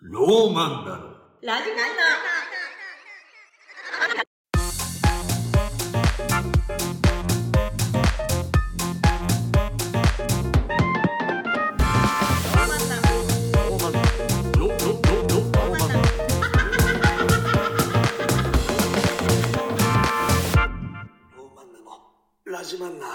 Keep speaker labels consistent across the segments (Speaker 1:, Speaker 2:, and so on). Speaker 1: ローマンだろう。
Speaker 2: ラジカンの
Speaker 1: ロロロロローマンだ
Speaker 3: ローマンナのラジマンナ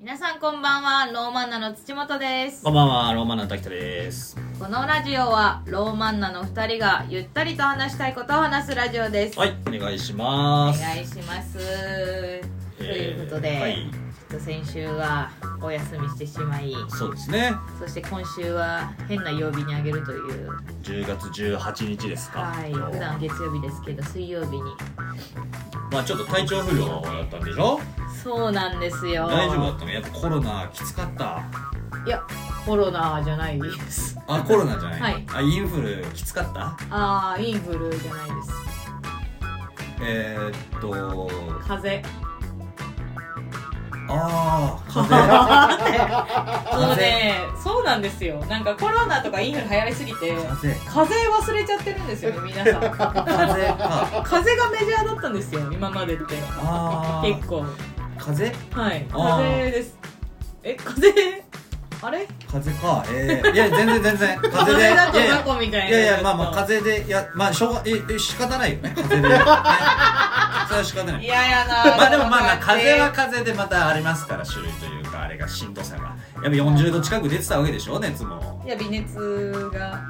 Speaker 2: 皆さんこんばんはローマンナの土本です
Speaker 4: こんばんは、ローマンの滝田です。
Speaker 2: このラジオはローマンナの2人がゆったりと話したいことを話すラジオです、
Speaker 4: はい、お願いしま
Speaker 2: お
Speaker 4: す。
Speaker 2: 願いします、と
Speaker 4: えー
Speaker 2: いうことで、
Speaker 4: はい
Speaker 2: ちょっと先週はお休みしてしまい
Speaker 4: そうですね。
Speaker 2: そして今週は変な曜日にあげるという
Speaker 4: 10月18日ですか。
Speaker 2: はい普段は月曜日ですけど水曜日に
Speaker 4: まあちょっと体調不良だったんでしょ
Speaker 2: そうなんですよ
Speaker 4: 大丈夫だったのやっぱコロナきつかった。
Speaker 2: いやコロナじゃないです
Speaker 4: あ、コロナじゃない。
Speaker 2: はい
Speaker 4: あ、インフルきつかった
Speaker 2: ああインフルじゃないです
Speaker 4: えー、っと、
Speaker 2: 風邪
Speaker 4: あー、風邪。
Speaker 2: そうねそうなんですよなんかコロナとかインフル流行りすぎて
Speaker 4: 風邪。
Speaker 2: 風邪忘れちゃってるんですよね皆 さん
Speaker 4: 風邪か。
Speaker 2: 風邪がメジャーだったんですよ今までって
Speaker 4: あー
Speaker 2: 結、構
Speaker 4: 風邪
Speaker 2: はい
Speaker 4: あ
Speaker 2: 風
Speaker 4: ー
Speaker 2: 邪ですえ風邪あれ
Speaker 4: 風邪か。えー、いや、全然全 然。風邪
Speaker 2: 風
Speaker 4: で。
Speaker 2: 邪だと
Speaker 4: いやいや
Speaker 2: 雑魚みたいない
Speaker 4: やいやまあまあ風邪でいやまあしょうがええ仕方ないよね風邪で、ね、それは仕方ないい
Speaker 2: やいやな
Speaker 4: まあでもまあまあ風邪は風邪でまたありますから種類というかあれがしんどさがやっぱ40度近く出てたわけでしょ熱も
Speaker 2: いや微熱が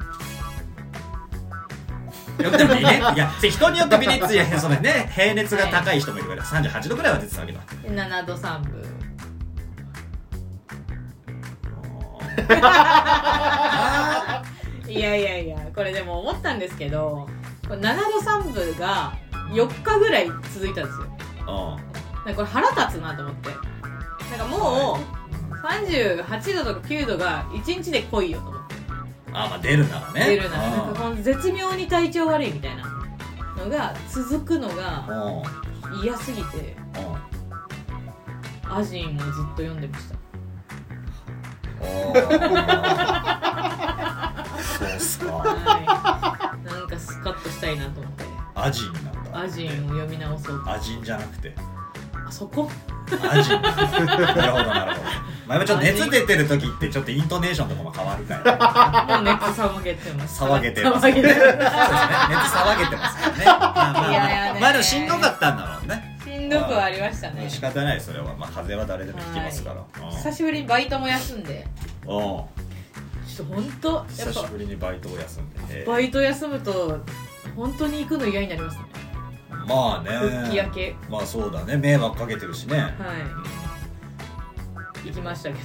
Speaker 4: いやでも微 熱いや人によって微熱やそのね平熱が高い人もいるから38度くらいは出てたわけだ
Speaker 2: 7度3分
Speaker 4: あ
Speaker 2: いやいやいやこれでも思ったんですけどこれ7度3分が4日ぐらい続いたんですよ
Speaker 4: ーうん
Speaker 2: なんかこれ腹立つなと思ってなんかもう38度とか9度が1日で来いよと思って
Speaker 4: あまあ出るならね
Speaker 2: 出るなら
Speaker 4: う
Speaker 2: なんかこの絶妙に体調悪いみたいなのが続くのが
Speaker 4: んうんうん
Speaker 2: 嫌すぎてアジンをずっと読んでました
Speaker 4: おーそうっすか
Speaker 2: はいなんかスカッとしたいなと思って
Speaker 4: アジンなんだ
Speaker 2: アジンを読み直そうと
Speaker 4: アジンじゃなくて
Speaker 2: あそこ
Speaker 4: アジンなるほどなるほど前もちょっと熱出てる時ってちょっとイントネーションとかも変わるから
Speaker 2: もう熱騒げてます
Speaker 4: 騒げてます
Speaker 2: 騒げ て
Speaker 4: そうですね熱騒げてますからねまあまあ
Speaker 2: いやいや
Speaker 4: ま
Speaker 2: ね
Speaker 4: あまあでもしんどかったんだろうね
Speaker 2: しんどくはありましたね
Speaker 4: 仕方ないそれはまあ風邪は誰でも引きますから
Speaker 2: 久しぶりにバイトも休んで
Speaker 4: うんうん
Speaker 2: ちょっと本当や
Speaker 4: 久
Speaker 2: っ
Speaker 4: し
Speaker 2: ぱ
Speaker 4: ぶりにバイトを休んでえー
Speaker 2: バイト休むと本当に行くの嫌になりますね
Speaker 4: まあね
Speaker 2: 復帰明け
Speaker 4: まあそうだね迷惑かけてるしねう
Speaker 2: は
Speaker 4: ん
Speaker 2: い行きましたけど、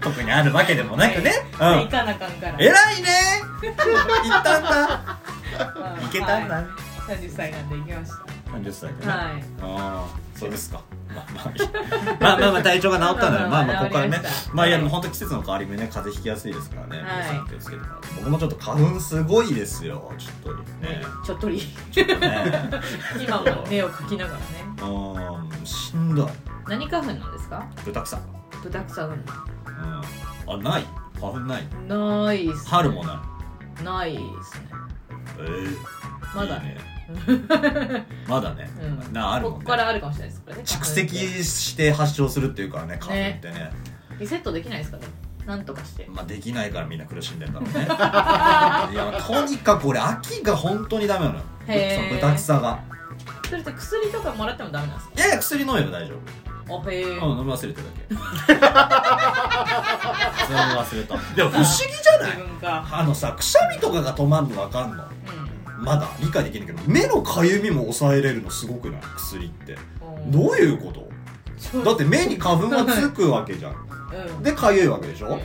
Speaker 4: 特にあるわけでもなくねう
Speaker 2: 行
Speaker 4: ん
Speaker 2: かなあかんから
Speaker 4: 偉いね行ったんだ
Speaker 2: はい
Speaker 4: 行けたん
Speaker 2: は
Speaker 4: だ
Speaker 2: い30歳なんで行きまし
Speaker 4: 30歳でね
Speaker 2: たはい
Speaker 4: ああそうですかまあまあいいまあまあまあ体調が治ったなら
Speaker 2: ま
Speaker 4: まあ
Speaker 2: あまあ
Speaker 4: まあここから
Speaker 2: 治
Speaker 4: ね
Speaker 2: りました
Speaker 4: まあいや
Speaker 2: は
Speaker 4: で
Speaker 2: い
Speaker 4: も本当季節の変わり目ね風邪ひきやすいですからね
Speaker 2: い
Speaker 4: 皆さん気をつけてもらって僕もちょっと花粉すごいですよちょっとね
Speaker 2: ちょっ とり
Speaker 4: ちょっとね
Speaker 2: 今も目をかきながらね
Speaker 4: うーんしんどい
Speaker 2: 何花粉なんですか
Speaker 4: 豚草
Speaker 2: 豚草なんだ
Speaker 4: うんあない花粉ない
Speaker 2: ないっす
Speaker 4: 春もない
Speaker 2: ないっすね
Speaker 4: えー
Speaker 2: まだ
Speaker 4: いいね まだね
Speaker 2: うん
Speaker 4: なあるもんね
Speaker 2: こっからあるかもしれないですこれね
Speaker 4: 蓄積して発症するっていうからね花粉ってね
Speaker 2: リセットできないですかねなんとかして
Speaker 4: まあ、できないからみんな苦しんでんだろう ねいやとにかく俺秋が本当にダメなの
Speaker 2: へー
Speaker 4: その豚草が
Speaker 2: それって薬とかもらってもダメなんですか
Speaker 4: いやいや薬飲めば大丈
Speaker 2: あへえ、
Speaker 4: 夫うん飲み忘れてるだけそれも忘れた でも不思議じゃな
Speaker 2: 自
Speaker 4: い
Speaker 2: 分か
Speaker 4: あのさくしゃみとかが止まんのわかんの
Speaker 2: う
Speaker 4: まだ理解できないけど目のかゆみも抑えれるのすごくない薬って
Speaker 2: ん
Speaker 4: どういうこと
Speaker 2: ちょ
Speaker 4: だって目に花粉がつくわけじゃん
Speaker 2: うん
Speaker 4: でかゆいわけでしょ、
Speaker 2: うん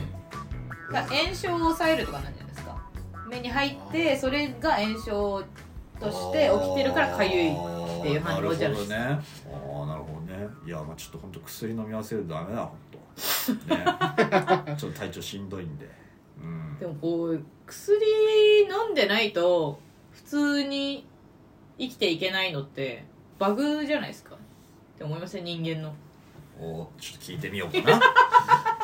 Speaker 2: だから炎症を抑えるとかなんじゃないですか目に入ってそれが炎症として起きてるからかゆいっていう反応じゃないですか
Speaker 4: なるほどねああなるほどねいやまあちょっと本当薬飲み忘れるとダメだ本当ねちょっと体調しんどいんでうん
Speaker 2: でもこう薬飲んでないと普通に生きていけないのってバグじゃないですかって思いません人間の
Speaker 4: おちょっと聞いてみようか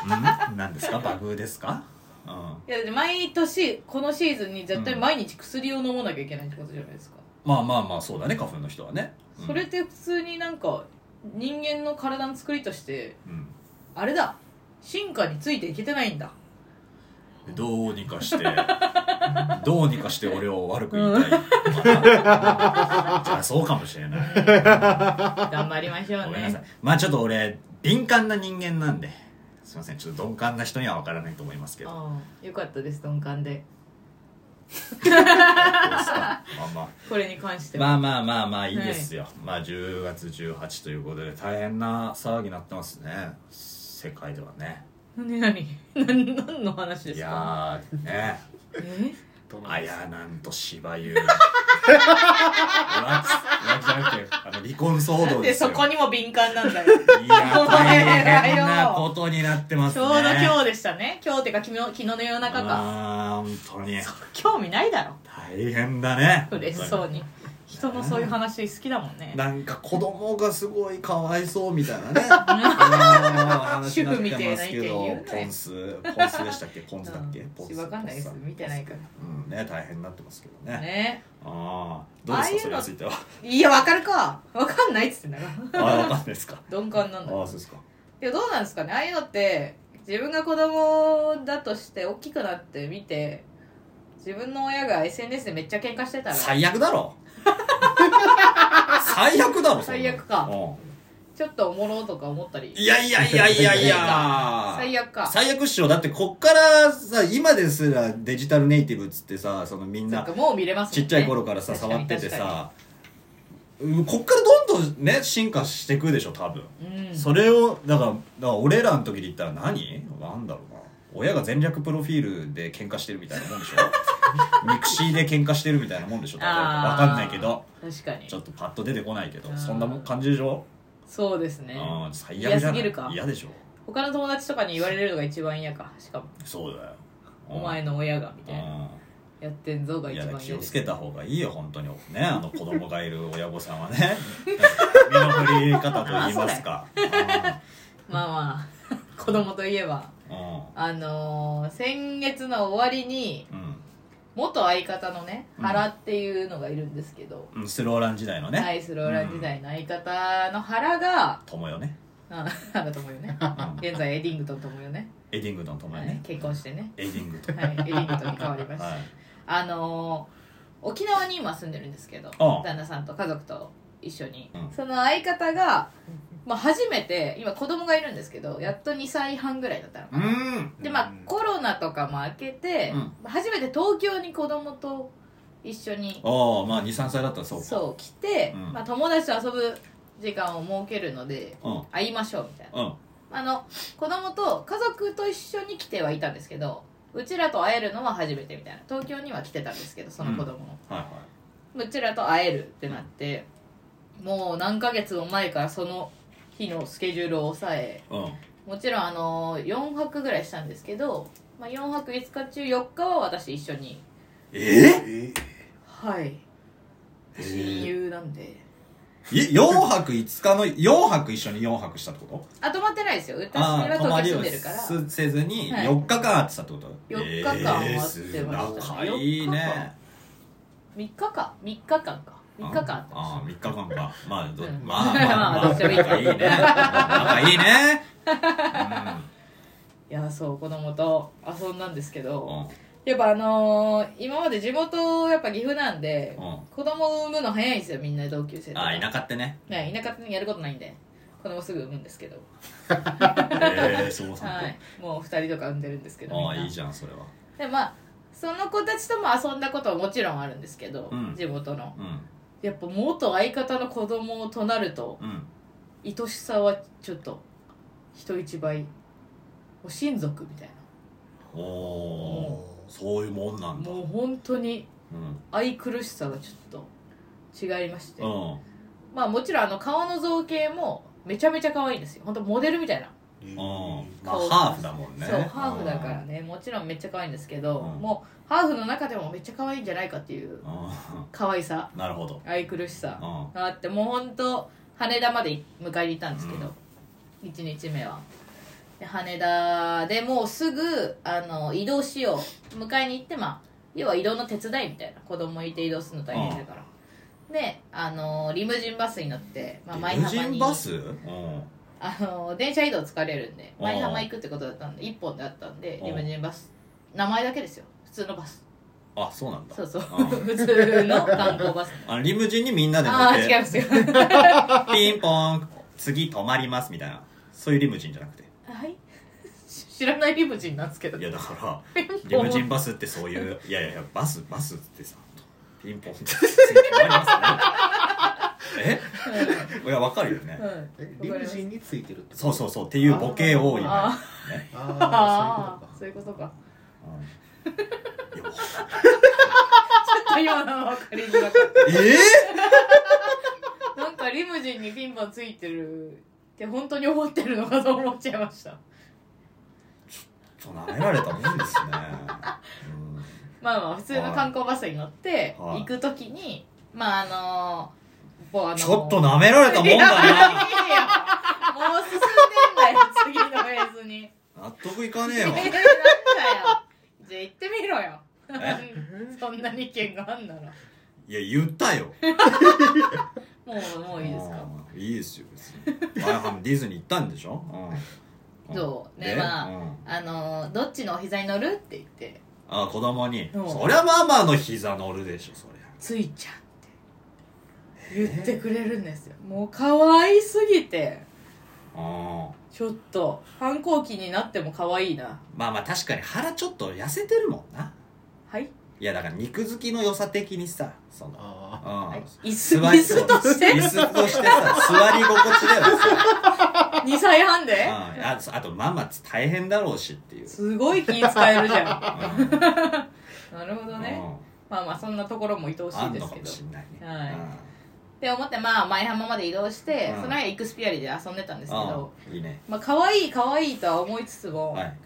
Speaker 4: なうん何ですかバグですかうん
Speaker 2: いやだって毎年このシーズンに絶対毎日薬を飲まなきゃいけないってことじゃないですか、
Speaker 4: まあまあまあそうだね花粉の人はね、うん
Speaker 2: それって普通になんか人間の体の作りとして
Speaker 4: うん
Speaker 2: あれだ進化についていけてないんだ
Speaker 4: どうにかしてどうにかして俺を悪く 言いたいかなじゃあそうかもしれない
Speaker 2: 頑張りましょう
Speaker 4: ごめんなさい
Speaker 2: ね
Speaker 4: まあちょっと俺敏感な人間なんですいませんちょっと鈍感な人には分からないと思いますけどど
Speaker 2: ああよかったです鈍感で
Speaker 4: うですかまあま あ
Speaker 2: これに関しては、
Speaker 4: まあまあまあまあいいですよ、まあ10月18ということで大変な騒ぎになってますね世界ではね
Speaker 2: 何何何何の話で
Speaker 4: い
Speaker 2: すか
Speaker 4: やーね
Speaker 2: え
Speaker 5: ど
Speaker 4: あ
Speaker 5: な
Speaker 4: やなんと芝生 浮気浮気じゃなくてあの離婚騒
Speaker 2: なん
Speaker 4: 動
Speaker 2: で
Speaker 4: ですよ
Speaker 2: そこにも敏感なんだよ
Speaker 4: いや
Speaker 2: お前らよ
Speaker 4: 大変なことになってます
Speaker 2: ち
Speaker 4: ね
Speaker 2: ょうど今日でしたね今日ってか昨日昨日の夜中か
Speaker 4: あー本当に
Speaker 2: 興味ないだろ
Speaker 4: 大変だね
Speaker 2: 嬉しそうに人のそういう話好きだもんね
Speaker 4: なんか子供がすごいかわいそうみたいな ね
Speaker 2: 主婦みたいな意見言うね
Speaker 4: ポンスポンスでしたっけポンスだっけ
Speaker 2: うん
Speaker 4: ポンス
Speaker 2: わかんないです
Speaker 4: ポンス
Speaker 2: 見てないか
Speaker 4: うんね大変になってますけど
Speaker 2: ら
Speaker 4: ね
Speaker 2: ね
Speaker 4: ああどうです
Speaker 2: ああいう
Speaker 4: かそれ
Speaker 2: の
Speaker 4: については
Speaker 2: いやわかるかわかんないっつってんだから
Speaker 4: ああわかんないですか
Speaker 2: 鈍感な
Speaker 4: ああ
Speaker 2: んだ
Speaker 4: そうですか
Speaker 2: でもどうなんですかねああいうのって自分が子供だとして大きくなって見て自分の親が SNS でめっちゃ喧嘩してたら
Speaker 4: 最悪だ ろ最悪だろそんなの
Speaker 2: 最悪か
Speaker 4: う
Speaker 2: ちょっとおもろとか思ったり
Speaker 4: んいやいやいやいやいや
Speaker 2: 最悪か
Speaker 4: 最悪っしょだってこっからさ今ですらデジタルネイティブっつってさそのみん
Speaker 2: そ
Speaker 4: な
Speaker 2: っかもう見れますもんね
Speaker 4: ちっちゃい頃からさ
Speaker 2: 確
Speaker 4: 触
Speaker 2: に
Speaker 4: ってて
Speaker 2: 確か
Speaker 4: さうんこっからどんどんね進化していくでしょ多分、
Speaker 2: にうん
Speaker 4: それをだからだから俺らの時で言ったら何なんだろうな親が全略プロフィールで喧嘩してるみたいなも んでしょミクシーで喧嘩してるみたいなもんでしょ例えばわ
Speaker 2: あー
Speaker 4: かんないけど
Speaker 2: 確かに
Speaker 4: ちょっとパッと出てこないけど
Speaker 2: あー
Speaker 4: そんなもん感じでしょ、
Speaker 2: そうですね
Speaker 4: うん最悪じゃ
Speaker 2: 嫌す
Speaker 4: な
Speaker 2: ぎる
Speaker 4: い
Speaker 2: か
Speaker 4: 嫌でしょ
Speaker 2: 他の友達とかに言われるのが一番嫌かしかも
Speaker 4: そうだよ
Speaker 2: お前の親がみたいな
Speaker 4: うん
Speaker 2: やってんぞが
Speaker 4: い
Speaker 2: 一
Speaker 4: や
Speaker 2: 番嫌です
Speaker 4: 気をつけた方がいいよ本当にねあの子供がいる親御さんは ね身の振り方と言いますか
Speaker 2: まあ まあ子供といえば
Speaker 4: うん
Speaker 2: あのー先月の終わりに元相方のね
Speaker 4: うん
Speaker 2: 原っていうのがいるんですけど、
Speaker 4: うんスローラン時代のね、
Speaker 2: アイスローラン時代の相方の原が、
Speaker 4: 友よね、
Speaker 2: あ原ともよ ね
Speaker 4: うん
Speaker 2: 現在エディングトンともよね、
Speaker 4: エディングトン友よ
Speaker 2: はい
Speaker 4: ね、
Speaker 2: 結婚してね、
Speaker 4: エディングトン
Speaker 2: はい、エディングトンに変わりました、
Speaker 4: はい
Speaker 2: あのー沖縄に今住んでるんですけど
Speaker 4: ああ
Speaker 2: 旦那さんと家族と一緒に、
Speaker 4: うん
Speaker 2: その相方が、まあ、初めて今子供がいるんですけどやっと2歳半ぐらいだったのか
Speaker 4: う
Speaker 2: な、
Speaker 4: ん
Speaker 2: でまあ
Speaker 5: うん
Speaker 2: コロナとかも明けて、
Speaker 4: うん
Speaker 2: 初めて東京に子供と一緒に
Speaker 4: ああまあ23歳だったらそうか
Speaker 2: そう来て、
Speaker 4: うん
Speaker 2: まあ、友達と遊ぶ時間を設けるので
Speaker 4: う
Speaker 2: 会いましょうみたい
Speaker 4: んうん
Speaker 2: なあの子供と家族と一緒に来てはいたんですけどうちらと会えるのは初めてみたいな東京には来てたんですけどその子供も、
Speaker 4: は
Speaker 2: うちらと会えるってなって、もう何ヶ月も前からその日のスケジュールを抑え
Speaker 4: いはい
Speaker 2: もちろんあの4泊ぐらいしたんですけど、まあ、4泊5日中4日は私一緒に
Speaker 4: うんえ
Speaker 5: え
Speaker 2: はい
Speaker 4: え
Speaker 2: 親友なんで、
Speaker 4: 4泊5日の4泊一緒に4泊したってこと
Speaker 2: あ泊まってないですよ私
Speaker 4: あ
Speaker 2: は
Speaker 4: あ泊
Speaker 2: 東
Speaker 4: ま
Speaker 2: 京
Speaker 4: り
Speaker 2: 住ん
Speaker 4: を
Speaker 2: でるから
Speaker 4: すせずに
Speaker 2: はい
Speaker 4: 4日間あってたってこと、
Speaker 2: 四日間は会ってましたね
Speaker 4: えーす仲いいね
Speaker 2: 3日か3日間か3日間あったん
Speaker 4: ああ、3日間か。ま あ、ど
Speaker 2: うん
Speaker 4: まあまあまあ、
Speaker 2: まあどっちでもいいけど
Speaker 4: 仲いいね。仲いいね。
Speaker 2: いやそう子供と遊んだんですけ
Speaker 4: う
Speaker 2: ど
Speaker 4: ん。
Speaker 2: やっぱあのー今まで地元やっぱ岐阜なんで
Speaker 4: うん。うん。
Speaker 2: 子供を産むの早いんですよみんな同級生とか
Speaker 4: ああ、田舎ってね。
Speaker 2: ね田舎ってやることないんで子供すぐ産むんですけど
Speaker 4: ええ、そうさん
Speaker 2: はいもう2人とか産んでるんですけど
Speaker 4: と。ああ、
Speaker 2: みんない
Speaker 4: いじゃん、それは。
Speaker 2: でまあその子たちとも遊んだことはもちろんあるんですけど、
Speaker 4: うん
Speaker 2: 地元の
Speaker 4: うん。
Speaker 2: やっぱ元相方の子供となると
Speaker 4: うん。
Speaker 2: 愛しさはちょっと人一倍もう親族みたい
Speaker 4: おおー、そういうもんな
Speaker 2: なん
Speaker 4: だ。
Speaker 2: もう本当に
Speaker 4: うん。
Speaker 2: 愛くるしさがちょっと違いまして、
Speaker 4: うん。
Speaker 2: まあもちろんあの顔の造形もめちゃめちゃ可愛いんですよ本当モデルみたいな、
Speaker 5: え
Speaker 4: うん。まあ、
Speaker 2: そう
Speaker 4: ハーフだもんね。
Speaker 2: そうハーフだからねもちろんめっちゃ可愛いんですけど、
Speaker 4: うん
Speaker 2: もうハーフの中でもめっちゃ可愛いんじゃないかっていう
Speaker 4: うん。う
Speaker 2: 可愛さ
Speaker 4: ん。なるほど。
Speaker 2: 愛くるしさ
Speaker 4: うん。
Speaker 2: があってもう本当羽田まで迎えに行ったんですけど、
Speaker 4: う
Speaker 2: 1日目はで羽田でもうすぐあの移動しよう迎えに行ってまあ要は移動の手伝いみたいな子供いて移動するの大変だから、であのリムジンバスに乗って、まあ、舞
Speaker 4: リム
Speaker 2: 浜
Speaker 4: ジン
Speaker 2: に
Speaker 4: バスうん
Speaker 2: あの電車移動疲れるんで
Speaker 4: うん
Speaker 2: 舞浜行くってことだったんで1本であったんで
Speaker 4: うん
Speaker 2: リムジンバス名前だけですよ普通のバス
Speaker 4: あそうなんだ
Speaker 2: そうそう
Speaker 4: うん
Speaker 2: 普通の観光バス
Speaker 4: あのリムジンにみんなで乗
Speaker 2: ああ
Speaker 4: っ
Speaker 2: 違い
Speaker 4: て
Speaker 2: ますよ
Speaker 4: ピンポン次止まりますみたいなそういうリムジンじゃなく て
Speaker 2: はい知らないリムジンなんですけど
Speaker 4: い やだからリムジンバスってそういういやいやいやバスバスってさピンポンって次止まります ねえいやわかるよね
Speaker 2: うん
Speaker 5: えリムジンについてるってこと
Speaker 4: そうそうそうっていうボケを今
Speaker 2: あ
Speaker 4: ね
Speaker 5: あ
Speaker 2: あ
Speaker 5: あ
Speaker 2: ー
Speaker 5: そ
Speaker 2: そうう
Speaker 5: い
Speaker 2: いううことか
Speaker 4: うんいや
Speaker 2: 今のは分かりづらかっ
Speaker 4: えー
Speaker 2: たなんかリムジンにピンポンついてるって本当に思ってるのかと思っちゃいました
Speaker 4: そう舐められたもんです ね、うん
Speaker 2: まあまあ普通の観光バスに乗って
Speaker 4: はい
Speaker 2: 行く時にまああのもうあの
Speaker 4: ちょっと舐められたもんだな
Speaker 2: もう進んでんだよ次のフェーズ に
Speaker 4: 納得いかねえ
Speaker 2: えー、
Speaker 4: わ
Speaker 2: なんだよじゃあ行ってみろよ
Speaker 4: え
Speaker 2: そんなに意見があんなら
Speaker 4: いや言ったよ
Speaker 2: もうもういいですか
Speaker 4: うんいいですよ別に前半ディズニー行ったんでしょ、うん
Speaker 2: そうね
Speaker 4: で
Speaker 2: まあ
Speaker 4: うん
Speaker 2: あのどっちのお膝に乗るって言って
Speaker 4: あ子供に「
Speaker 2: うん
Speaker 4: そりゃママの膝乗るでしょそりゃ
Speaker 2: ついちゃんって言ってくれるんですよもう可愛すぎて」
Speaker 4: うん
Speaker 2: ちょっと反抗期になっても可愛いな
Speaker 4: まあまあ確かに腹ちょっと痩せてるもんな
Speaker 2: はい
Speaker 4: いやだから肉好きの良さ的にさその
Speaker 5: あ
Speaker 4: うん
Speaker 2: はい椅子
Speaker 4: 座
Speaker 2: 椅
Speaker 4: り
Speaker 2: 子として
Speaker 4: 椅子として さ座り心地だよさ
Speaker 2: 2歳半で
Speaker 4: うんああとママ大変だろうしっていう、
Speaker 2: すごい気使えるじゃん
Speaker 4: うん
Speaker 2: なるほどね
Speaker 4: うん
Speaker 2: まあまあそんなところも愛おし
Speaker 4: あ
Speaker 2: い
Speaker 4: ん
Speaker 2: で
Speaker 4: の
Speaker 2: す
Speaker 4: か
Speaker 2: け
Speaker 4: も
Speaker 2: ど
Speaker 4: しんないね、
Speaker 2: はい
Speaker 4: うん
Speaker 2: って思ってまあ舞浜まで移動して
Speaker 4: うん
Speaker 2: その間イクスピアリで遊んでたんですけど
Speaker 4: うんいいね
Speaker 2: まあ可愛い可愛いとは思いつつも
Speaker 4: はい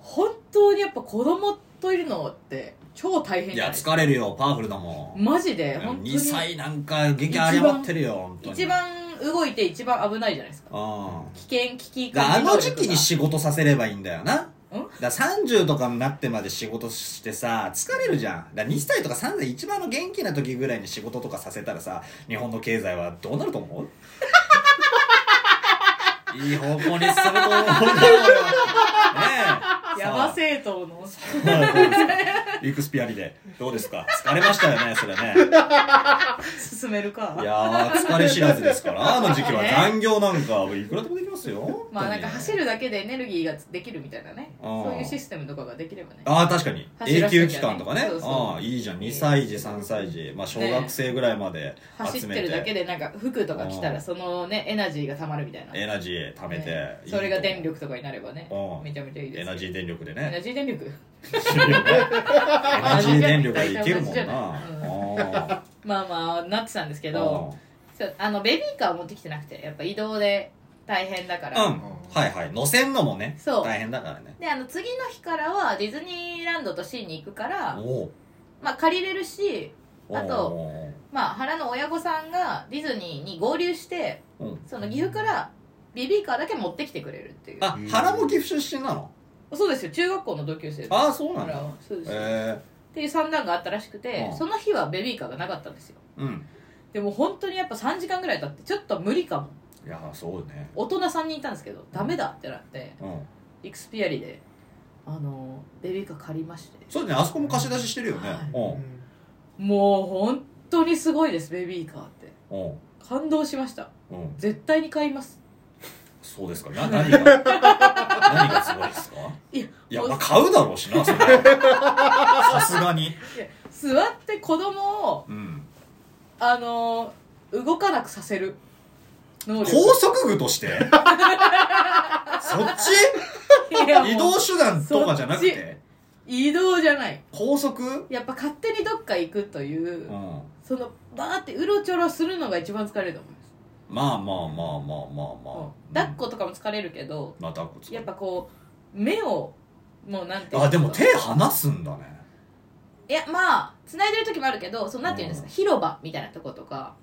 Speaker 2: 本当にやっぱ子供といるのって超大変
Speaker 4: い
Speaker 2: じゃ
Speaker 4: や
Speaker 2: ない
Speaker 4: 疲れるよパワフルだもん、
Speaker 2: マジで
Speaker 4: でも
Speaker 2: 本当に
Speaker 4: 2歳なんか激あればってるよ本当に
Speaker 2: 一番動いて一番危ないじゃないですか
Speaker 4: うん
Speaker 2: 危険危機
Speaker 4: だからあ
Speaker 2: 感
Speaker 4: の
Speaker 2: じ
Speaker 4: 時期に仕事させればいいんだよなだから30とかになってまで仕事してさ疲れるじゃんだから2歳とか3歳一番の元気な時ぐらいに仕事とかさせたらさ日本の経済はどう なると思ういい方向に進むと思うんだよ俺はねえ
Speaker 2: ヤバ政党の
Speaker 4: さあどう ですかリクスピアリでどうですか疲れましたよねそれね
Speaker 2: 進めるか
Speaker 4: いやー疲れ知らずです からあの時期は残業なんかいくらでもできますよ
Speaker 2: まあなんか走
Speaker 4: る
Speaker 2: るだけでエネルギーができるみたいなね
Speaker 4: あー
Speaker 2: そういうシステムとかができればね
Speaker 4: ああ確かに
Speaker 2: 走
Speaker 4: 永
Speaker 2: らせて
Speaker 4: 久
Speaker 2: ね
Speaker 4: 期間とかね
Speaker 2: そうそう
Speaker 4: ああいいじゃん2歳児3歳児、まあ、小学生ぐらいまで
Speaker 2: 走っ
Speaker 4: 集めて
Speaker 2: てるだけでなんか服とか着た
Speaker 4: う
Speaker 2: ら
Speaker 4: ん
Speaker 2: そのねエナジーがたまるみたいな
Speaker 4: エナジー貯めて、
Speaker 2: ね
Speaker 4: いいと思う
Speaker 2: それが電力とかになればね
Speaker 4: うん
Speaker 2: めちゃめちゃいいです
Speaker 4: エ
Speaker 2: よ
Speaker 4: ナジー電力で
Speaker 2: エ
Speaker 4: ね
Speaker 2: ナジー電力
Speaker 4: エナジー電力でいけるもんな、
Speaker 2: 大体
Speaker 4: あ
Speaker 2: まあまあなってたんですけ
Speaker 4: ー
Speaker 2: どそうあのベビーカーを持ってきてなくてやっぱ移動で大変だから
Speaker 4: うんはいはい乗せんのもね
Speaker 2: そう
Speaker 4: 大変だからね
Speaker 2: であの次の日からはディズニーランドとシーに行くから
Speaker 4: おう
Speaker 2: まあ借りれるし
Speaker 4: おう
Speaker 2: あとまあ原の親御さんがディズニーに合流して
Speaker 4: うん
Speaker 2: その岐阜からベビーカーだけ持ってきてくれるっていう
Speaker 4: あ原も岐阜出身なの
Speaker 2: そうですよ中学校の同級生
Speaker 4: ああそうなん
Speaker 2: 原
Speaker 4: だ
Speaker 2: はそうですよ、
Speaker 4: え
Speaker 2: っていう三段があったらしくて、
Speaker 4: うん
Speaker 2: その日はベビーカーがなかったんですよ
Speaker 4: えうん
Speaker 2: でも本当にやっぱ3時間ぐらい経ってちょっと無理かも
Speaker 4: いやーそうね
Speaker 2: 大人3人いたんですけどダメだってなって
Speaker 4: うん
Speaker 2: イクスピアリであのベビーカー借りまして
Speaker 4: そうだねあそこも貸し出ししてるよね、
Speaker 2: はい
Speaker 4: うん
Speaker 2: もう本当にすごいですベビーカーって
Speaker 4: うん
Speaker 2: 感動しました
Speaker 4: うん
Speaker 2: 絶対に買います
Speaker 4: そうです かな何が何がすごいですか
Speaker 2: いや
Speaker 4: いや
Speaker 2: もう
Speaker 4: まあ買うだろうしなそれはさ すがに
Speaker 2: 座って子供を
Speaker 4: うん
Speaker 2: あの動かなくさせる能力
Speaker 4: 高速具として そっち
Speaker 2: いやもう
Speaker 4: 移動手段とかじゃなく
Speaker 2: そって移動じゃない
Speaker 4: 高速
Speaker 2: やっぱ勝手にどっか行くという、
Speaker 4: うん
Speaker 2: そのバーってうろちょろするのが一番疲れると思います、
Speaker 4: まあまあまあまあまあまあ、
Speaker 2: うん抱っことかも疲れるけど
Speaker 4: まあ抱っこつ
Speaker 2: やっぱこう目をもうなんていうん
Speaker 4: あでも
Speaker 2: か
Speaker 4: 手離すんだね
Speaker 2: いやまあ繋いでる時もあるけどそのなんていうんですか、
Speaker 4: うん
Speaker 2: 広場みたいなとことか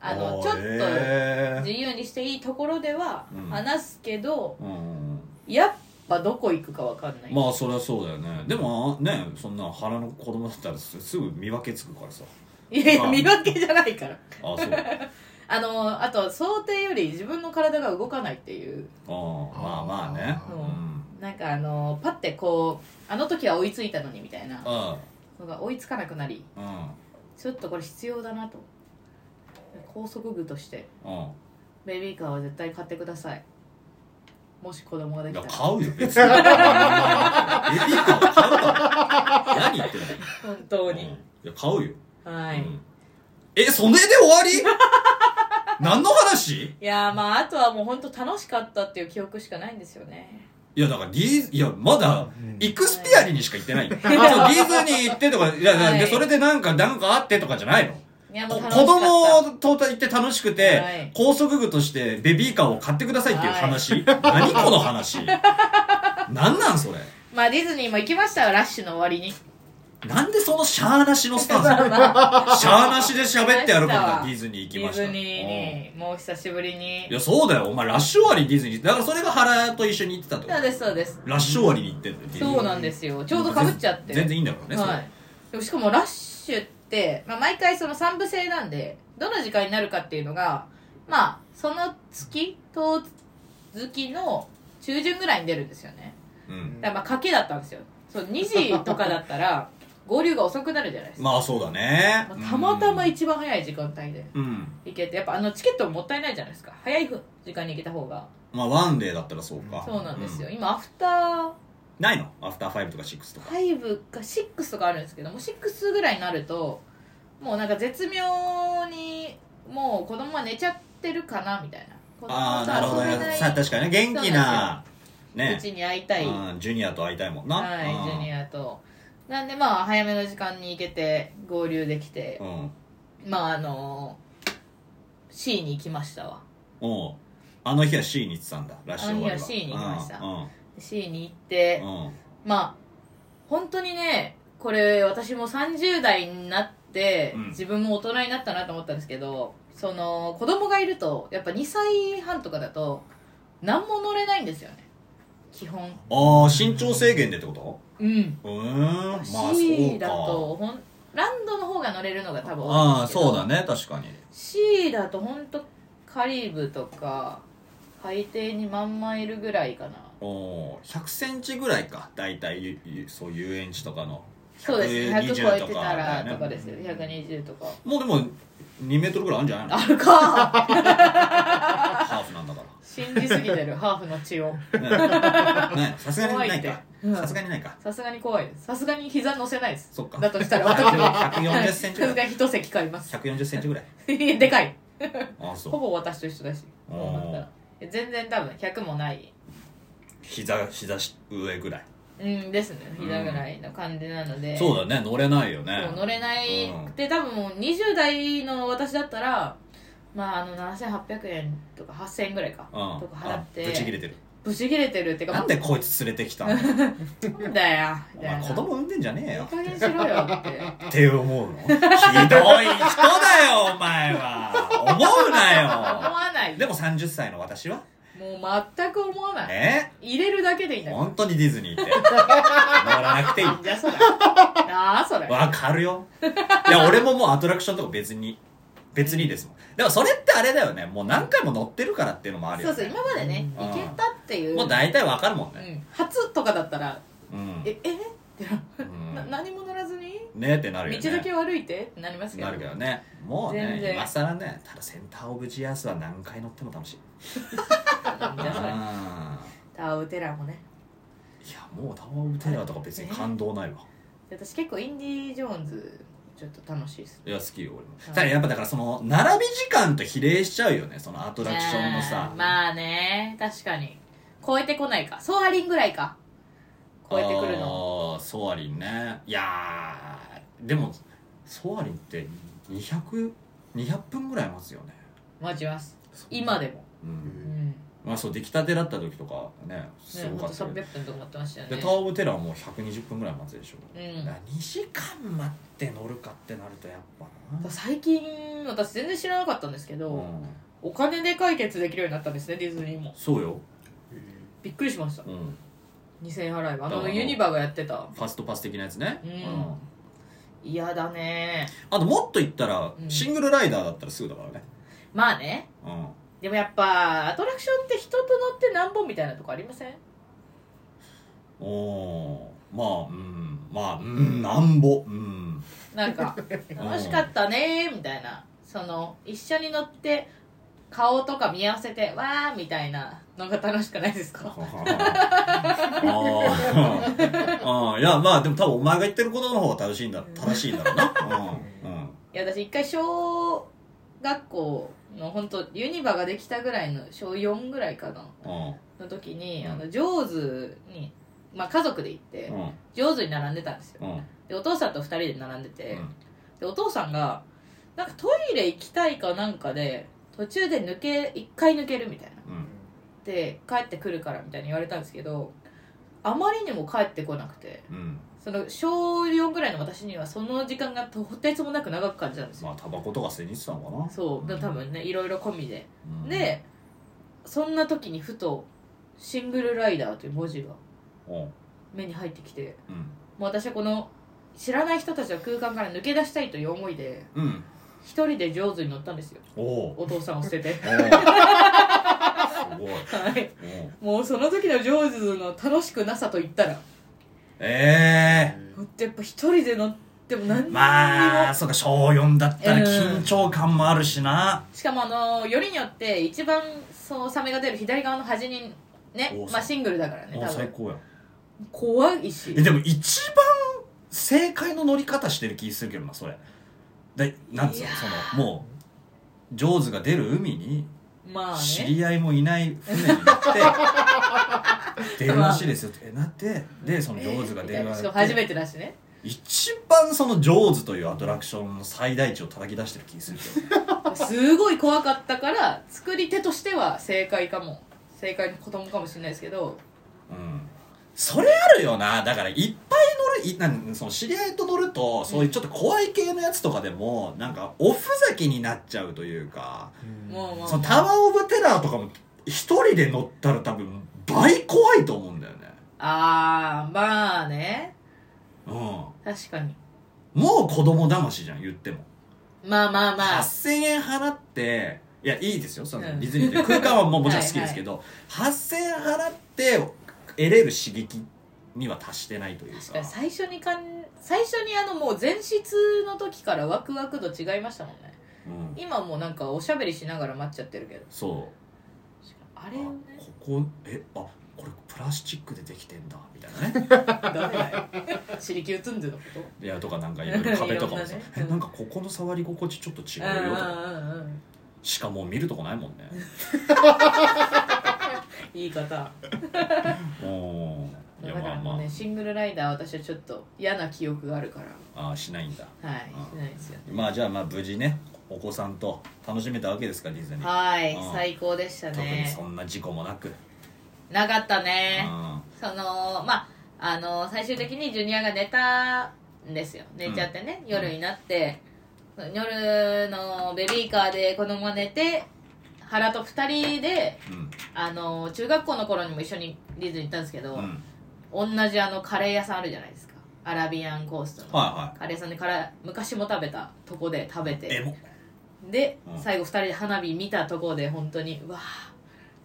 Speaker 2: あ
Speaker 4: ー
Speaker 2: のちょっと
Speaker 4: へ
Speaker 2: 自由にしていいところでは
Speaker 4: うん
Speaker 2: 話すけど、
Speaker 4: ーうん
Speaker 2: やっぱどこ行くかわかんない、
Speaker 4: まあそりゃそうだよねでもあねそんな腹の子供だったらすすぐ見分けつくからさ
Speaker 2: いやい
Speaker 4: ま
Speaker 2: や
Speaker 4: あ
Speaker 2: 見分けじゃないから
Speaker 4: あそうあ
Speaker 2: あのあと想定より自分の体が動かないっていう
Speaker 4: ーまあまあね
Speaker 2: そううんなんかあのパッてこうあの時は追いついたのにみたいな
Speaker 4: あ
Speaker 2: のが追いつかなくなり
Speaker 4: うん
Speaker 2: ちょっとこれ必要だなと高速具として
Speaker 4: うん
Speaker 2: ベビーカーは絶対買ってくださいもし子供がで
Speaker 4: い
Speaker 2: き
Speaker 4: や
Speaker 2: たら
Speaker 4: 買うよ別にエビーカー買うから何言ってんの
Speaker 2: 本当
Speaker 4: うんい
Speaker 2: に、
Speaker 4: や買うよ
Speaker 2: は
Speaker 4: う
Speaker 2: い、
Speaker 4: んえそれで終わり何の話
Speaker 2: いやーまああとはもう本当楽しかったっていう記憶しかないんですよね
Speaker 4: いやだからディーいやまだイクスピアリにしか行って ないよそうディズニー行ってとかいやいや
Speaker 2: はい
Speaker 4: でそれでなんかなんかあってとかじゃないの
Speaker 2: いやも
Speaker 4: こ
Speaker 2: う
Speaker 4: 子
Speaker 2: 楽しかった
Speaker 4: 供と行って楽しくて、
Speaker 2: はい
Speaker 4: 高速具としてベビーカーを買ってくださいっていう話、何この話何なんそれ
Speaker 2: まあディズニーも行きましたよラッシュの終わりに
Speaker 4: なんでそのシャーなしのス タンスなのシャーなしで喋ってやるからディズニー行き
Speaker 2: デ
Speaker 4: ま
Speaker 2: ィ
Speaker 4: した
Speaker 2: ズニーにもう久しぶり
Speaker 4: うん
Speaker 2: に
Speaker 4: いやそうだよお前ラッシュ終わりディズニーだからそれが原と一緒に行ってたってこ
Speaker 2: そう
Speaker 4: と
Speaker 2: ですそうです
Speaker 4: ラッシュ終わりに行ってんだよディズニー
Speaker 2: そうなんですよちょうどかぶっちゃって
Speaker 4: 全然いいんだからね、
Speaker 2: はい、でもしかもラッシュって、まあ、毎回その3部制なんでどの時間になるかっていうのがまあその月当月の中旬ぐらいに出るんですよね
Speaker 4: それうん
Speaker 2: だからまあ賭けだったんですよそう2時とかだっ たら合流が遅くなるじゃないですか、
Speaker 4: まあそうだね
Speaker 2: まあたまたま一番早い時間帯で
Speaker 4: うん
Speaker 2: 行けてやっぱあのチケットももったいないじゃないですか早い時間に行けた方が
Speaker 4: まあワンデーだったらそうか
Speaker 2: そうなんですよ、
Speaker 4: う
Speaker 2: 今アフター
Speaker 4: ないのアフターファイブとかシックスとか
Speaker 2: 5か6とかあるんですけども6ぐらいになるともうなんか絶妙にもう子供は寝ちゃってるかなみたいな子
Speaker 4: ああなるほ
Speaker 2: 供
Speaker 4: ど
Speaker 2: と遊べ
Speaker 4: ねさ
Speaker 2: な
Speaker 4: 確かにね元気な
Speaker 2: いう
Speaker 4: ね
Speaker 2: ちに会いたい、
Speaker 4: うんジュニアと会いたいもんな
Speaker 2: はいジュニ
Speaker 4: ア
Speaker 2: アとなんでまあ早めの時間に行けて合流できて
Speaker 4: うん
Speaker 2: まああの C に行きましたわ
Speaker 4: おうあの日は C に行ってたんだラッシュ終わり
Speaker 2: あの日は C に行きました
Speaker 4: うん
Speaker 2: C に行って
Speaker 4: うんうん
Speaker 2: まあ本当にねこれ私も30代になって、
Speaker 4: うん
Speaker 2: 自分も大人になったなと思ったんですけどその子供がいるとやっぱ2歳半とかだと何も乗れないんですよね基本
Speaker 4: ああ身長制限でってこと
Speaker 2: うん、
Speaker 4: うーんまあそう
Speaker 2: C
Speaker 4: か
Speaker 2: だとほんランドの方が乗れるのが多分多い
Speaker 4: あ
Speaker 2: ん
Speaker 4: あ
Speaker 2: ですけど
Speaker 4: そうだね確かに
Speaker 2: C だと本当カリブとか海底にまんまいるぐらいかな
Speaker 4: お1 0 0センチぐらいか大体ゆゆそう遊園地とかの
Speaker 2: そうです
Speaker 4: 120
Speaker 2: 100超えてた
Speaker 4: だ
Speaker 2: ら
Speaker 4: よね
Speaker 2: とかですよ120とか
Speaker 4: もうでも2メートルぐらいあるんじゃないの
Speaker 2: あ るか
Speaker 4: ハーフなんだか
Speaker 2: 信じすぎてるハーフの血を
Speaker 4: らねねさすがに
Speaker 2: 怖
Speaker 4: ない
Speaker 2: っ
Speaker 4: い
Speaker 2: て
Speaker 4: か
Speaker 2: うん
Speaker 4: さすがにないか
Speaker 2: さすがに怖いですさすがに膝乗せないです
Speaker 4: そっか
Speaker 2: だとしたら私は
Speaker 4: 140センチぐ
Speaker 2: さす
Speaker 4: ら
Speaker 2: が
Speaker 4: い
Speaker 2: に一席買います
Speaker 4: 140センチぐらい
Speaker 2: いやでかい
Speaker 4: ああそ
Speaker 2: ほ
Speaker 4: う
Speaker 2: ぼ私と一緒だしそうなったら全然多分100もない
Speaker 4: 膝膝し上ぐらい
Speaker 2: うんですね膝ぐらいの感じなので、
Speaker 4: そうだね乗れないよね
Speaker 2: そう乗れない
Speaker 4: うん
Speaker 2: で多分もう20代の私だったらまああの7800円とか8000円ぐらいか、
Speaker 4: うん
Speaker 2: とか払って
Speaker 4: あぶち切れてる
Speaker 2: ブチ切れてるっていうか
Speaker 4: なんでこいつ連れてきたの
Speaker 2: まあなんだよみ
Speaker 4: お
Speaker 2: たい
Speaker 4: 前
Speaker 2: な
Speaker 4: 子供産んでんじゃねえ
Speaker 2: いい
Speaker 4: よ
Speaker 2: 加減しろよって
Speaker 4: って思うのひどい人だよお前は思う
Speaker 2: 思
Speaker 4: な
Speaker 2: わない
Speaker 4: よでも30歳の私は
Speaker 2: もう全く思わない
Speaker 4: え
Speaker 2: 入れるだけでいいんだから
Speaker 4: 本当にディズニーって 乗らなくていい
Speaker 2: なんじゃそれなあそれ
Speaker 4: わかるよいや俺ももうアトラクションとか別に別にですもんでもそれってあれだよねもう何回も乗ってるからっていうのもあるよ
Speaker 2: そう
Speaker 4: ね
Speaker 2: そう今までね
Speaker 4: うん
Speaker 2: 行けたっていう
Speaker 4: もう大体わかるもん
Speaker 2: う
Speaker 4: ね
Speaker 2: ん初とかだったら
Speaker 4: うん、
Speaker 2: ええ
Speaker 4: うん
Speaker 2: な何も乗らずに
Speaker 4: ねってなるよね
Speaker 2: 道だけを歩いてってなりますけど
Speaker 4: なるけどねもうね
Speaker 2: 全然
Speaker 4: 今更ねただセンターオブジアースは何回乗っても楽しい
Speaker 2: なんじゃそれ
Speaker 4: あ
Speaker 2: タワーウテラもね
Speaker 4: ーいやもうタワー・オブ・テラーとか別に感動ないわ
Speaker 2: で私結構インディ・ジョーンズちょっと楽しいです
Speaker 4: いや好きよ俺も
Speaker 2: うん
Speaker 4: ただやっぱだからその並び時間と比例しちゃうよねそのアトラクションのさ
Speaker 2: ねえまあね確かに超えてこないかソアリンぐらいか超えてくるの
Speaker 4: あーソアリンねいやーでもソアリンって200200分ぐらい待つよね、
Speaker 2: 待ちます今でも
Speaker 4: う
Speaker 2: うんん
Speaker 4: まあそう出来たてだった時とかねす
Speaker 2: ね
Speaker 4: ごか
Speaker 2: ほんと
Speaker 4: ったけど、
Speaker 2: 300分とか待ってましたよ
Speaker 4: で
Speaker 2: ね
Speaker 4: タワー・オブ・テラーはもう120分ぐらい待つでしょ、
Speaker 2: うん
Speaker 4: だから2時間待って乗るかってなるとやっぱな
Speaker 2: 最近私全然知らなかったんですけど、
Speaker 4: うん
Speaker 2: お金で解決できるようになったんですねディズニーも
Speaker 4: そうよ
Speaker 2: びっくりしました
Speaker 4: うん、
Speaker 2: 2000円払えばあ
Speaker 4: だか
Speaker 2: の
Speaker 4: ら
Speaker 2: ユニバがやってた
Speaker 4: ファストパス的なやつね、
Speaker 2: うん嫌だね
Speaker 4: あともっと言ったら、
Speaker 2: うん
Speaker 4: シングルライダーだったらすぐだからね、
Speaker 2: まあね
Speaker 4: うん、
Speaker 2: でもやっぱアトラクションって人と乗って何本みたいなとこありません
Speaker 4: おーまあうんまあうんなんぼうん
Speaker 2: なんか楽しかったねーみたいなその一緒に乗って顔とか見合わせてわーみたいなのが楽しくないですか
Speaker 4: あーあーいやまあでも多分お前が言ってることの方が正しいんだ正しいんだろうなうんうん
Speaker 2: いや私一回小学校の本当ユニバができたぐらいの小4ぐらいかな
Speaker 4: うん
Speaker 2: の時に、
Speaker 4: うん
Speaker 2: あのジョーズに、まあ、家族で行って、
Speaker 4: うん
Speaker 2: ジョーズに並んでたんですよ
Speaker 4: うん
Speaker 2: でお父さんと2人で並んでて、
Speaker 4: うん
Speaker 2: でお父さんがなんかトイレ行きたいかなんかで途中で抜け1回抜けるみたいな
Speaker 4: うん
Speaker 2: で帰ってくるからみたいに言われたんですけどあまりにも帰ってこなくて
Speaker 4: うん
Speaker 2: その小4ぐらいの私にはその時間がとてつもなく長く感じたんですよ、
Speaker 4: まあタバコとか吸いに行ってたのかな
Speaker 2: そうだから多分ねいろいろ込みで、
Speaker 4: うん
Speaker 2: でそんな時にふと「シングルライダー」という文字が
Speaker 4: うん
Speaker 2: 目に入ってきて
Speaker 4: うん
Speaker 2: もう私はこの知らない人たちの空間から抜け出したいという思いで
Speaker 4: うん
Speaker 2: 一人で上手に乗ったんですよ
Speaker 4: お おー
Speaker 2: お父さんを捨てて
Speaker 4: おーすごい
Speaker 2: はい
Speaker 4: おー
Speaker 2: もうその時の上手の楽しくなさと言ったら
Speaker 4: ええ
Speaker 2: 乗ってやっぱ一人で乗っても何にも、
Speaker 4: まあそうか小4だったら緊張感もあるしな
Speaker 2: しかもあのよりによって一番そのサメが出る左側の端にね
Speaker 4: おう
Speaker 2: まあシングルだからね
Speaker 4: お
Speaker 2: 多
Speaker 4: 最
Speaker 2: 分
Speaker 4: 高や
Speaker 2: 怖いし
Speaker 4: えでも一番正解の乗り方してる気するけどなそれでなんつう
Speaker 2: い
Speaker 4: の
Speaker 2: や
Speaker 4: そのもうジョーズが出る海に
Speaker 2: まあ
Speaker 4: 知
Speaker 2: ね
Speaker 4: り合いもいない船 に乗って出るらしいですよってなってでそのジョーズが
Speaker 2: み
Speaker 4: 出
Speaker 2: たい
Speaker 4: る
Speaker 2: な
Speaker 4: ら
Speaker 2: し
Speaker 4: し
Speaker 2: かも初
Speaker 4: い
Speaker 2: めてだしね
Speaker 4: 一番そのジョーズというアトラクションの最大値を叩き出してる気するけど
Speaker 2: すごい怖かったから作り手としては正解かも正解の子供かもしれないですけど
Speaker 4: うんそれあるよなだからいっぱい乗るいなんその知り合いと乗るとそういうちょっと怖い系のやつとかでもなんかおふざけになっちゃうというか
Speaker 2: もうもう
Speaker 4: そのタワー・オブ・テラーとかも一人で乗ったら多分倍怖いと思うんだよね
Speaker 2: ああまあね
Speaker 4: うん
Speaker 2: 確かに
Speaker 4: もう子供騙しじゃん言っても
Speaker 2: まあまあまあ
Speaker 4: 8000円払っていやいいですよその
Speaker 2: うん
Speaker 4: ディズニーで空間はもうもちろん好きですけど、8000円払って得れる刺激には達してないというか
Speaker 2: 確かに最初にかん最初にあのもう前室の時からワクワク度違いましたもんね
Speaker 4: うん、
Speaker 2: 今もうなんかおしゃべりしながら待っちゃってるけど
Speaker 4: そう
Speaker 2: あ
Speaker 4: あ
Speaker 2: れを ね
Speaker 4: ここえあこれプラスチックでできてんだみたいな ね
Speaker 2: ダメだよシリキューツンズのこと
Speaker 4: いやとかなんかいろいろ壁とかもさ、
Speaker 2: いろんなね
Speaker 4: えなんかここの触り心地ちょっと
Speaker 2: う
Speaker 4: 違
Speaker 2: んう
Speaker 4: うよとか
Speaker 2: んうんうん
Speaker 4: しかもう見るとこないもんね
Speaker 2: 言い方
Speaker 4: うんい
Speaker 2: だ
Speaker 4: や
Speaker 2: か
Speaker 4: ま
Speaker 2: ら
Speaker 4: あ
Speaker 2: もう
Speaker 4: ま
Speaker 2: ねシングルライダー私はちょっと嫌な記憶があるから
Speaker 4: ああーしないんだ
Speaker 2: はい
Speaker 4: あ
Speaker 2: しないですよね
Speaker 4: まあじゃあまあ無事ねお子さんと楽しめたわけですかディズニー、
Speaker 2: はい
Speaker 4: うん
Speaker 2: 最高でした
Speaker 4: 特に
Speaker 2: ね
Speaker 4: そんな事故もなく、
Speaker 2: なかった
Speaker 4: う
Speaker 2: ね
Speaker 4: ん
Speaker 2: そのまああの最終的にジュニアが寝たんですよ寝ちゃってね、
Speaker 4: ん
Speaker 2: 夜になって、夜のベビーカーで子供が寝て原と2人で
Speaker 4: うん
Speaker 2: あの中学校の頃にも一緒にディズニー行ったんですけど、
Speaker 4: うん
Speaker 2: 同じあのカレー屋さんあるじゃないですかアラビアンコーストの、
Speaker 4: は
Speaker 2: カレー屋さんでから昔も食べたとこで食べ
Speaker 4: いはいエ
Speaker 2: て
Speaker 4: モ
Speaker 2: で、
Speaker 4: うん
Speaker 2: 最後2人で花火見たとこで本当にうわあ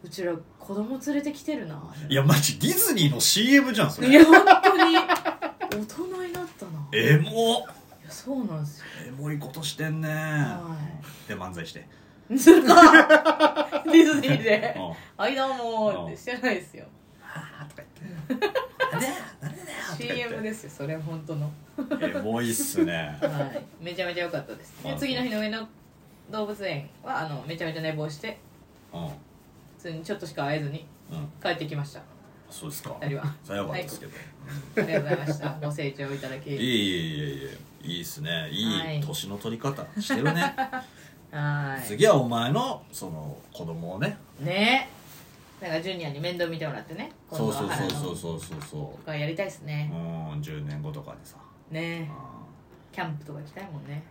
Speaker 2: うちら子供連れてきてるない
Speaker 4: やマジディズニーの CM じゃんそ
Speaker 2: い
Speaker 4: れ
Speaker 2: や本当に大人になったな。い
Speaker 4: エモ
Speaker 2: やそうなんですよ。
Speaker 4: エモいことしてんね
Speaker 2: は
Speaker 4: で漫才して
Speaker 2: い。それかディズニーで
Speaker 4: うん
Speaker 2: 間はも
Speaker 4: うん
Speaker 2: うしてないですよ。
Speaker 4: あーとか言ってなんでなんでだよとか言って
Speaker 2: CM ですよそれは本当の。
Speaker 4: エモいっすね
Speaker 2: はい。めちゃめちゃ良かったです。で
Speaker 4: あ
Speaker 2: 次の日の上野動物園はあのめちゃめちゃ寝坊して
Speaker 4: うん
Speaker 2: 普通にちょっとしか会えずに
Speaker 4: うん
Speaker 2: 帰ってきました。
Speaker 4: そうですか
Speaker 2: 二人は。
Speaker 4: さようかったですけど、
Speaker 2: ありがとうございました。ご清聴いただ
Speaker 4: い、
Speaker 2: き。
Speaker 4: いいいいいいいいっすね
Speaker 2: はい
Speaker 4: い
Speaker 2: い
Speaker 4: い年の取り方してる ね、
Speaker 2: はい。
Speaker 4: 次はお前のその子供をね
Speaker 2: ね。なんかジュニアに面倒見てもらってね。今度
Speaker 4: そう
Speaker 2: は
Speaker 4: そうそ
Speaker 2: 原
Speaker 4: う
Speaker 2: の
Speaker 4: そうそうそうそ
Speaker 2: とかやりたいです
Speaker 4: うう
Speaker 2: ね。
Speaker 4: ん10年後とかでさ
Speaker 2: ね
Speaker 4: うん。
Speaker 2: キャンプとか行きたいもんね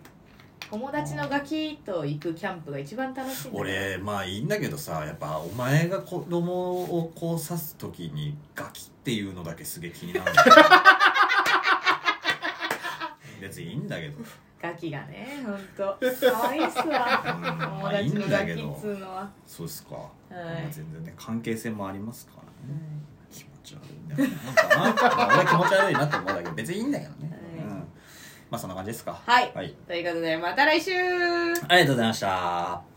Speaker 2: 友達のガキと行くキャンプが一番楽しいんだよ
Speaker 4: 俺まあいいんだけどさやっぱお前が子供をこう刺す時にガキっていうのだけすげえ気になるん だよ別にいいんだけど
Speaker 2: ガキがねほん と可愛いっす
Speaker 4: う
Speaker 2: わ
Speaker 4: んま
Speaker 2: 友
Speaker 4: あいい
Speaker 2: 達の
Speaker 4: ん
Speaker 2: ガ
Speaker 4: だ
Speaker 2: キ
Speaker 4: け
Speaker 2: っ
Speaker 4: ど
Speaker 2: つうのは、
Speaker 4: そうですか、
Speaker 2: い
Speaker 4: まあ全然ね関係性もありますから
Speaker 2: う
Speaker 4: ね、
Speaker 2: ん
Speaker 4: 気持ち悪いんだよななんかな、まあ俺は気持ち悪いなって思うんだけど別にいいんだけどね、
Speaker 2: はい
Speaker 4: うん、まあそんな感じですか
Speaker 2: はい
Speaker 4: はい、
Speaker 2: ということでまた来週
Speaker 4: ありがとうございました